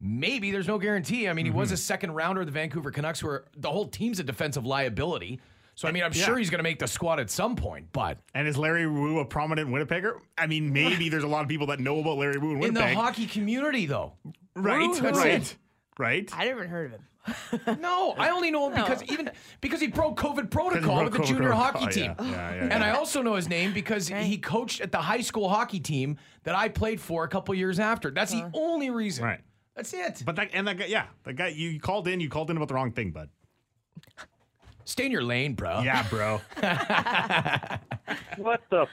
Maybe there's no guarantee. I mean, he
Mm-hmm.
was a second rounder of the Vancouver Canucks, where the whole team's a defensive liability. So I mean, I'm sure he's going to make the squad at some point, but
And is Larry Wu a prominent Winnipegger? I mean, maybe there's a lot of people that know about Larry Wu in
in the
Winnipeg.
hockey community, though,
right,
Wu, who?
right, right.
I never heard of him.
No, I only know him
No.
because even because he broke COVID
Because he
protocol
broke
with the
COVID
junior
protocol.
hockey team.
Oh, Yeah, yeah, yeah,
And
yeah.
I also know his name because he coached at the high school hockey team that I played for a couple years after. That's
Uh-huh.
the only reason.
Right.
That's it.
But that and that guy, yeah, that guy. You called in. You called in about the wrong thing, bud.
Stay in your lane, bro.
Yeah, bro.
What the? F-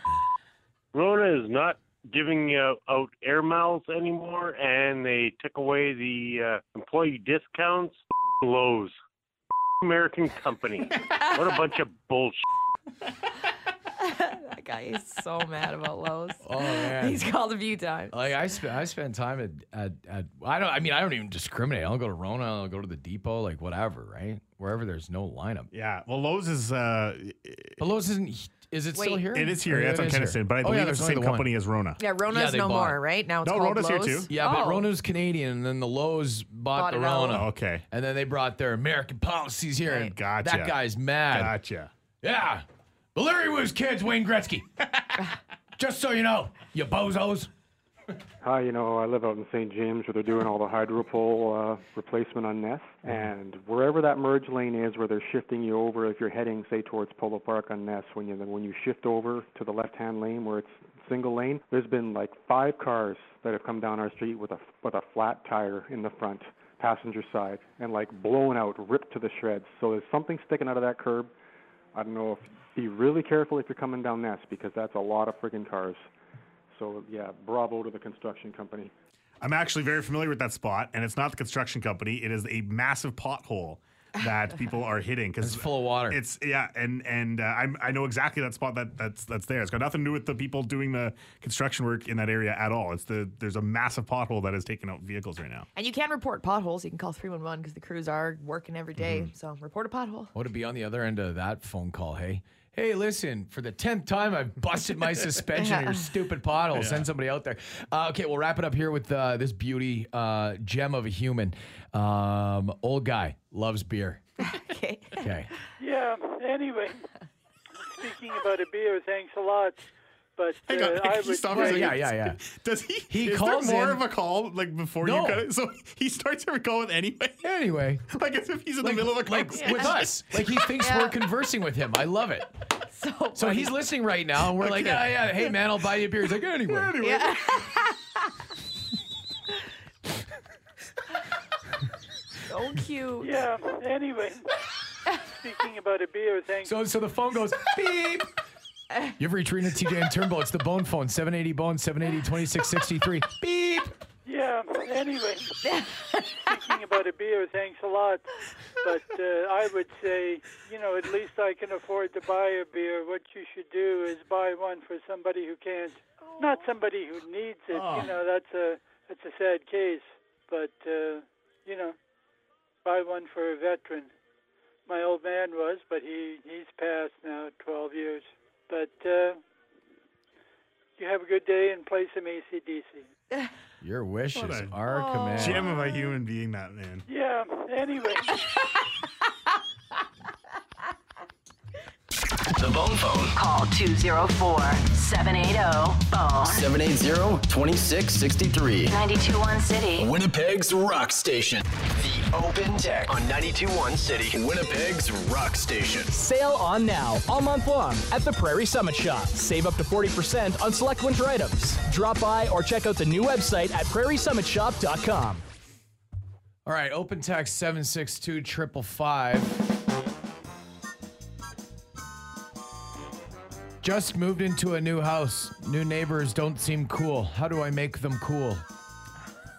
Rona is not giving uh, out air miles anymore, and they took away the uh, employee discounts. Lowe's, American company. what a bunch of bullshit.
That guy is so mad about Lowe's.
Oh man. Oh,
He's called a few times.
like I spent I spend time at, at at I don't I mean I don't even discriminate. I'll go to Rona, I'll go to the depot, like whatever, right? Wherever there's no lineup.
Yeah. Well, Lowe's is uh,
But Lowe's isn't is it still
Wait.
here?
it is here.
Yeah, it
That's on
is here.
Keniston, but I
Oh,
believe
yeah,
it's the
there's only
same
the one.
company as Rona.
Yeah, Rona's
they
no
bought it.
more, right? Now it's
No,
called
Rona's here
Lowe's.
too.
Yeah, but
Oh.
Rona's Canadian, and then the Lowe's bought,
Bought
the
it all.
Rona.
Okay.
And then they brought their American policies here. And
Gotcha.
That guy's mad.
Gotcha.
Yeah. But Larry Woo's kid's Wayne Gretzky. Just so you know, you bozos.
Hi, you know, I live out in St. James where they're doing all the hydropole uh, replacement on Ness. And wherever that merge lane is where they're shifting you over, if you're heading, say, towards Polo Park on Ness, when you, when you shift over to the left hand lane where it's single lane, there's been like five cars that have come down our street with a, with a flat tire in the front passenger side and like blown out, ripped to the shreds. So there's something sticking out of that curb. I don't know if be really careful if you're coming down Ness because that's a lot of friggin' cars. So yeah, bravo to the construction company.
I'm actually very familiar with that spot, and it's not the construction company. It is a massive pothole that people are hitting because
It's full of water.
It's yeah, and and uh, I'm, I know exactly that spot that that's that's there. It's got nothing to do with the people doing the construction work in that area at all. It's the there's a massive pothole that is taking out vehicles right now.
And you can report potholes. You can call 311 because the crews are working every day.
Mm-hmm.
So report a pothole.
What would be on the other end of that phone call, hey? Hey, listen, for the 10th time, I've busted my suspension in your stupid pothole. Send somebody out there. Uh, okay, we'll wrap it up here with uh, this beauty uh, gem of a human. Um, old guy, loves beer.
Okay.
Okay.
Yeah. Anyway, speaking about a beer, thanks a lot. But
Hang
uh,
on,
I
he
would
stopped
Yeah,
for a
yeah,
second.
yeah, yeah.
Does he?
He
is
calls
there more
in-
of a call like before
No.
you cut it? So he starts every call with anyway.
Anyway.
like as if he's in the middle of a
like
conversation.
with us. Like he thinks
Yeah.
we're conversing with him. I love it.
So,
So he's listening right now, and we're like, yeah, yeah, hey man, I'll buy you a beer. He's like, anyway.
Anyway.
so cute.
yeah. Anyway, speaking about a beer, thanks.
So so the phone goes beep. You've reached Rena TJ and Turnbull. It's the bone phone, 780 bone, 780 2663. Beep.
yeah. Anyway, speaking about a beer, thanks a lot. But uh, I would say, you know, at least I can afford to buy a beer. What you should do is buy one for somebody who can't, not somebody who needs it. You know, that's a that's a sad case. But uh, you know, buy one for a veteran. My old man was, but he he's passed now, 12 years. But uh, you have a good day and play some ACDC.
Your wishes are command.
Gem of a human being, that man.
Yeah. Anyway.
The Bone Phone. Call 204 780 Bone.
780-2663.
921 City.
Winnipeg's Rock Station. The Open Tech on 921 City. Winnipeg's Rock Station.
Sale on now, all month long, at the Prairie Summit Shop. Save up to 40% on select winter items. Drop by or check out the new website at prairiesummitshop.com.
All right, open text 762 Just moved into a new house. New neighbors don't seem cool. How do I make them cool?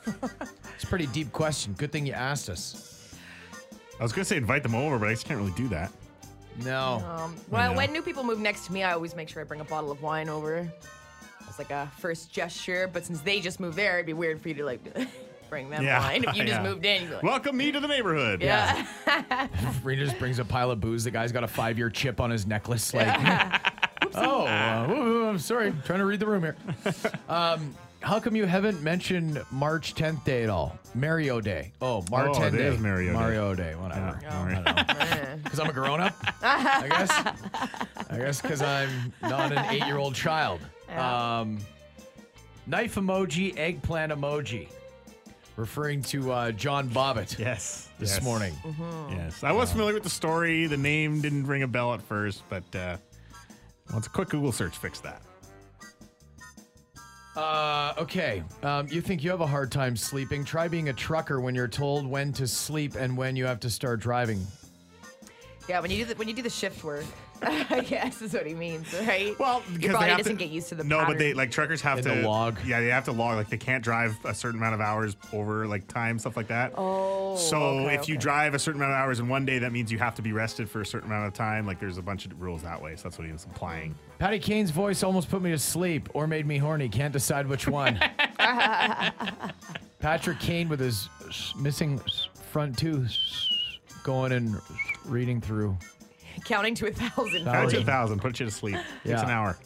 it's a pretty deep question. Good thing you asked us.
I was going to say invite them over, but I just can't really do that.
No.
Um, well,
know.
when new people move next to me, I always make sure I bring a bottle of wine over. It's like a first gesture, but since they just moved there, it'd be weird for you to like bring them wine. If you just moved in, you'd be like,
Welcome me to the neighborhood.
Yeah.
Rena just brings a pile of booze. The guy's got a five year chip on his necklace. Like, oh, uh, whoa, I'm sorry. I'm trying to read the room here. Um, how come you haven't mentioned March 10th day at all? Mario Day. Oh, March
Oh,
10th
it
day.
is Mario Day.
Mario Day, whatever.
Oh, "Uh."
Because I'm a grown up? I guess. I guess because I'm not an eight year old child. Um, knife emoji, eggplant emoji. Referring to uh, John Bobbitt.
Yes.
This
yes.
morning.
Yes. I was familiar with the story. The name didn't ring a bell at first, but uh, once a quick Google search fixed that.
Uh, okay. Um, you think you have a hard time sleeping? Try being a trucker when you're told when to sleep and when you have to start driving.
yeah. When you do the, when you do the shift work, I guess is what he means, right? Well,
because
your
they
body
have
doesn't
to-
get used to the
No, but
pattern.
they like truckers have
They had
to
to log.
Yeah, they have to log. Like they can't drive a certain amount of hours over like time, stuff like that.
Oh.
So
okay,
if you
okay.
drive a certain amount of hours in one day, that means you have to be rested for a certain amount of time. Like there's a bunch of rules that way. So that's what he was implying.
Patty Kane's voice almost put me to sleep or made me horny. Can't decide which one. Patrick Kane with his s- missing s- front tooth s- going and reading through.
counting to a thousand.
Count to a thousand, put you to sleep. Takes
Oh, Yeah.
an hour.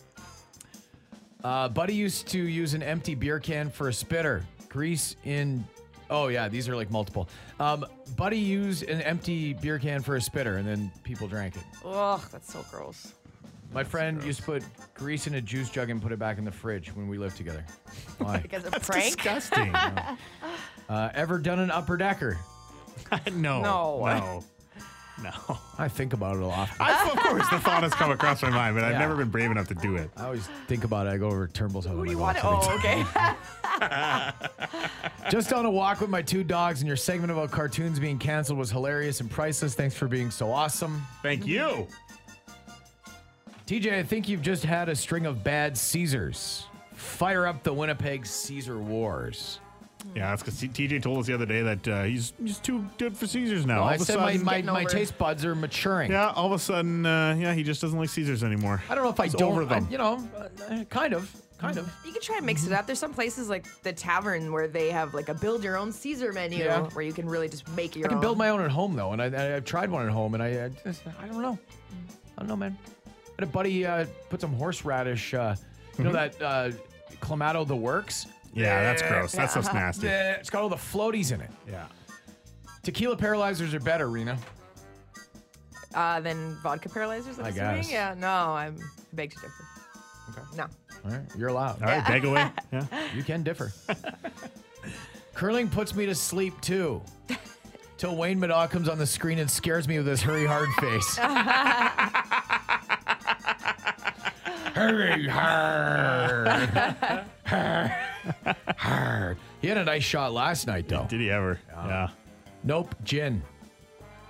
Uh, Buddy used to use an empty beer can for a spitter. Grease in. Oh, yeah, these are like multiple. Um, Buddy used an empty beer can for a spitter, and then people drank it.
Ugh, that's so gross.
My friend used to put grease in a juice jug and put it back in the fridge when we lived together. Why?
Because of prank.
disgusting.
uh, ever done an upper decker?
no.
No.
No. No.
I think about it a lot.
I, of course, the thought has come across my mind, but I've
Yeah.
never been brave enough to do it.
I always think about it. I go over to Turnbull's house.
Who
I'm
do you
like,
want to?
"Oh,
Oh, okay.
Just on a walk with my two dogs, and your segment about cartoons being canceled was hilarious and priceless. Thanks for being so awesome.
Thank you.
TJ, I think you've just had a string of bad Caesars. Fire up the Winnipeg Caesar Wars.
Yeah, that's because TJ told us the other day that uh, he's he's too good for Caesars now.
Well,
All
I
of a
said my,
sudden-
my, my taste buds are maturing.
Yeah, all of a sudden, uh, yeah, he just doesn't like Caesars anymore.
I don't know if I
He's
don't.
over them.
I- you know, uh, kind of, kind of.
You can try and mix it up. There's some places like the tavern where they have like a build your own Caesar menu
Yeah.
where you can really just make your
I can
own.
build my own at home though, and I, I, I've tried one at home, and I, I just I don't know, I don't know, man. I had a buddy uh, put some horseradish, uh, you know that uh, clamato the works.
Yeah, that's gross. That stuff's nasty.
Yeah, It's got all the floaties in it.
Yeah.
Tequila paralyzers are better, Rena.
uh, then vodka paralyzers. I'm
I
assuming?
guess.
Yeah, no, I'm beg to differ. Okay. No.
All right, you're allowed.
All right, beg away. Yeah.
You can differ. Curling puts me to sleep too. Till Wayne Madaw comes on the screen and scares me with his hurry hard face. hurry hard. hard. He had a nice shot last night though.
Did he ever? Yeah.
Nope, gin.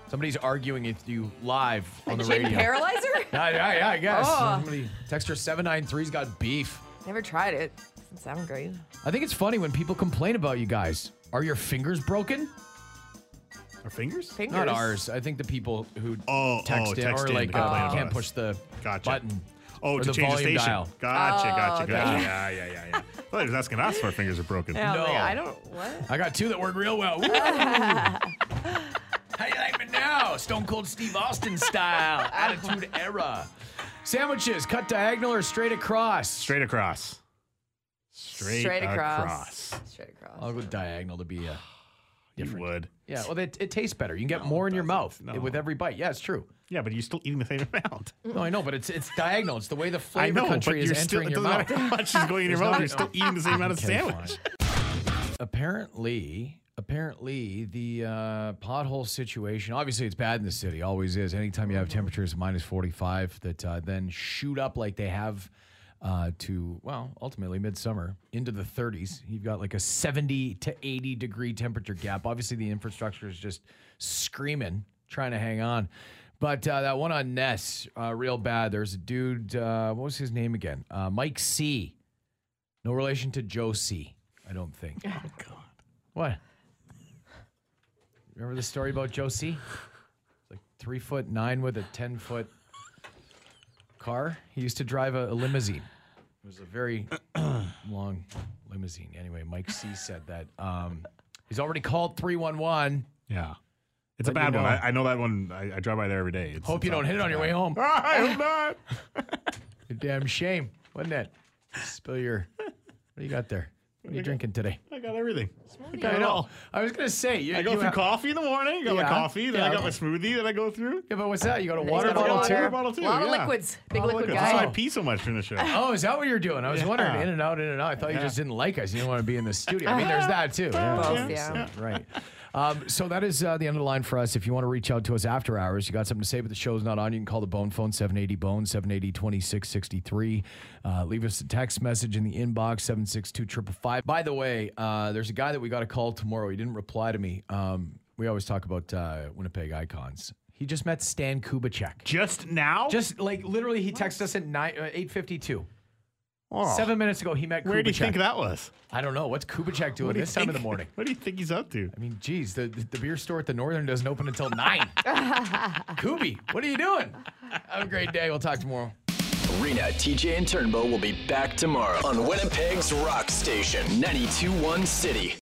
Somebody's arguing with you live on the
Gin
radio.
paralyzer?
Yeah, yeah, yeah, I guess.
Oh.
Somebody, texter 793's got beef.
Never tried it since seventh grade.
I think it's funny when people complain about you guys. Are your fingers broken?
Our fingers?
Fingers.
Not ours. I think the people who
Oh,
text,
oh,
in
text
or
in
like
to complain
uh,
about
can't
us.
push the
Gotcha.
button.
Oh,
or
to
the
change the
volume
station.
dial.
Gotcha,
Oh,
gotcha,
okay.
gotcha. Yeah, yeah, yeah, yeah. Well, he was asking us if our fingers are broken.
Yeah, I was like,
No.
I don't. What?
I got two that work real well. Woo! Wow, Stone Cold Steve Austin style. Attitude era. Sandwiches, cut diagonal or straight across?
Straight across. Straight,
Straight across.
across.
Straight across.
I'll go diagonal to be uh,
You would.
Yeah, well, it, it tastes better. You can get more in your mouth with every bite. Yeah, it's true.
Yeah, but you're still eating the same amount.
No, I know, but it's it's diagonal. It's the way the
I
flavor
know, but
country is
you're still,
entering
it
your
doesn't
mouth.
matter how much is going in your
There's
mouth.
no-
You're still eating the same amount of
Okay,
sandwich.
apparently apparently the uh, pothole situation obviously it's bad in the city always is anytime you have temperatures minus 45 that uh, then shoot up like they have uh, to well ultimately midsummer into the 30s you've got like a 70 to 80 degree temperature gap obviously the infrastructure is just screaming trying to hang on but uh, that one on ness uh, real bad there's a dude uh, what was his name again uh, mike c no relation to joe c i don't think what? Remember the story about Josie? It's like three foot nine with a ten foot car. He used to drive a, a limousine. It was a very long limousine. Anyway, Mike C said that um, he's already called three one one.
Yeah, It's a
Let me
bad one.
know.
I, I know that one. I, I drive by there every day. It's,
Hope
it's
you don't
awful.
hit it on your way home.
I hope not.
A damn shame, wasn't it? Spill your. What do you got there? What are you drinking today?
I got everything. I
I
got it
know.
all.
I was gonna say you,
I go
you
through
have-
coffee in the morning. I got my
Yeah.
coffee. Then I
Yeah.
got my smoothie that I go through.
Yeah, but what's that? You got a
He's
water
got a
bottle
water
too?
bottle too,
Lot of
yeah.
liquids. Big
Lot of
liquid
liquids. That's why I
guy.
pee so much during the show.
Oh, is that what you're doing? I was
Yeah.
wondering. In and out, in and out. I thought you
Yeah.
just didn't like us. You didn't want to be in the studio. I mean, there's that too.
Both,
obviously.
yeah.
Right. Um, so that is uh, the end of the line for us. If you want to reach out to us after hours, you got something to say, but the show's not on, you can call the Bone Phone 780 Bone 780 2663. Uh, leave us a text message in the inbox 762 555. By the way, uh, there's a guy that we got a call tomorrow. He didn't reply to me. Um, we always talk about uh, Winnipeg icons. He just met Stan Kubacek.
Just now?
Just like literally, he texted us at nine uh, eight fifty two.
Oh.
Seven minutes ago, he met.
Where do you
Kubacek.
think that was?
I don't know. What's Kubacek doing
What do you
this time of the
think-
morning?
What do you think he's up to?
I mean, geez, the, the, the beer store at the Northern doesn't open until nine. Kubi, what are you doing? Have a great day. We'll talk tomorrow.
Rena, TJ, and Turnbow will be back tomorrow on Winnipeg's Rock Station, 921 City.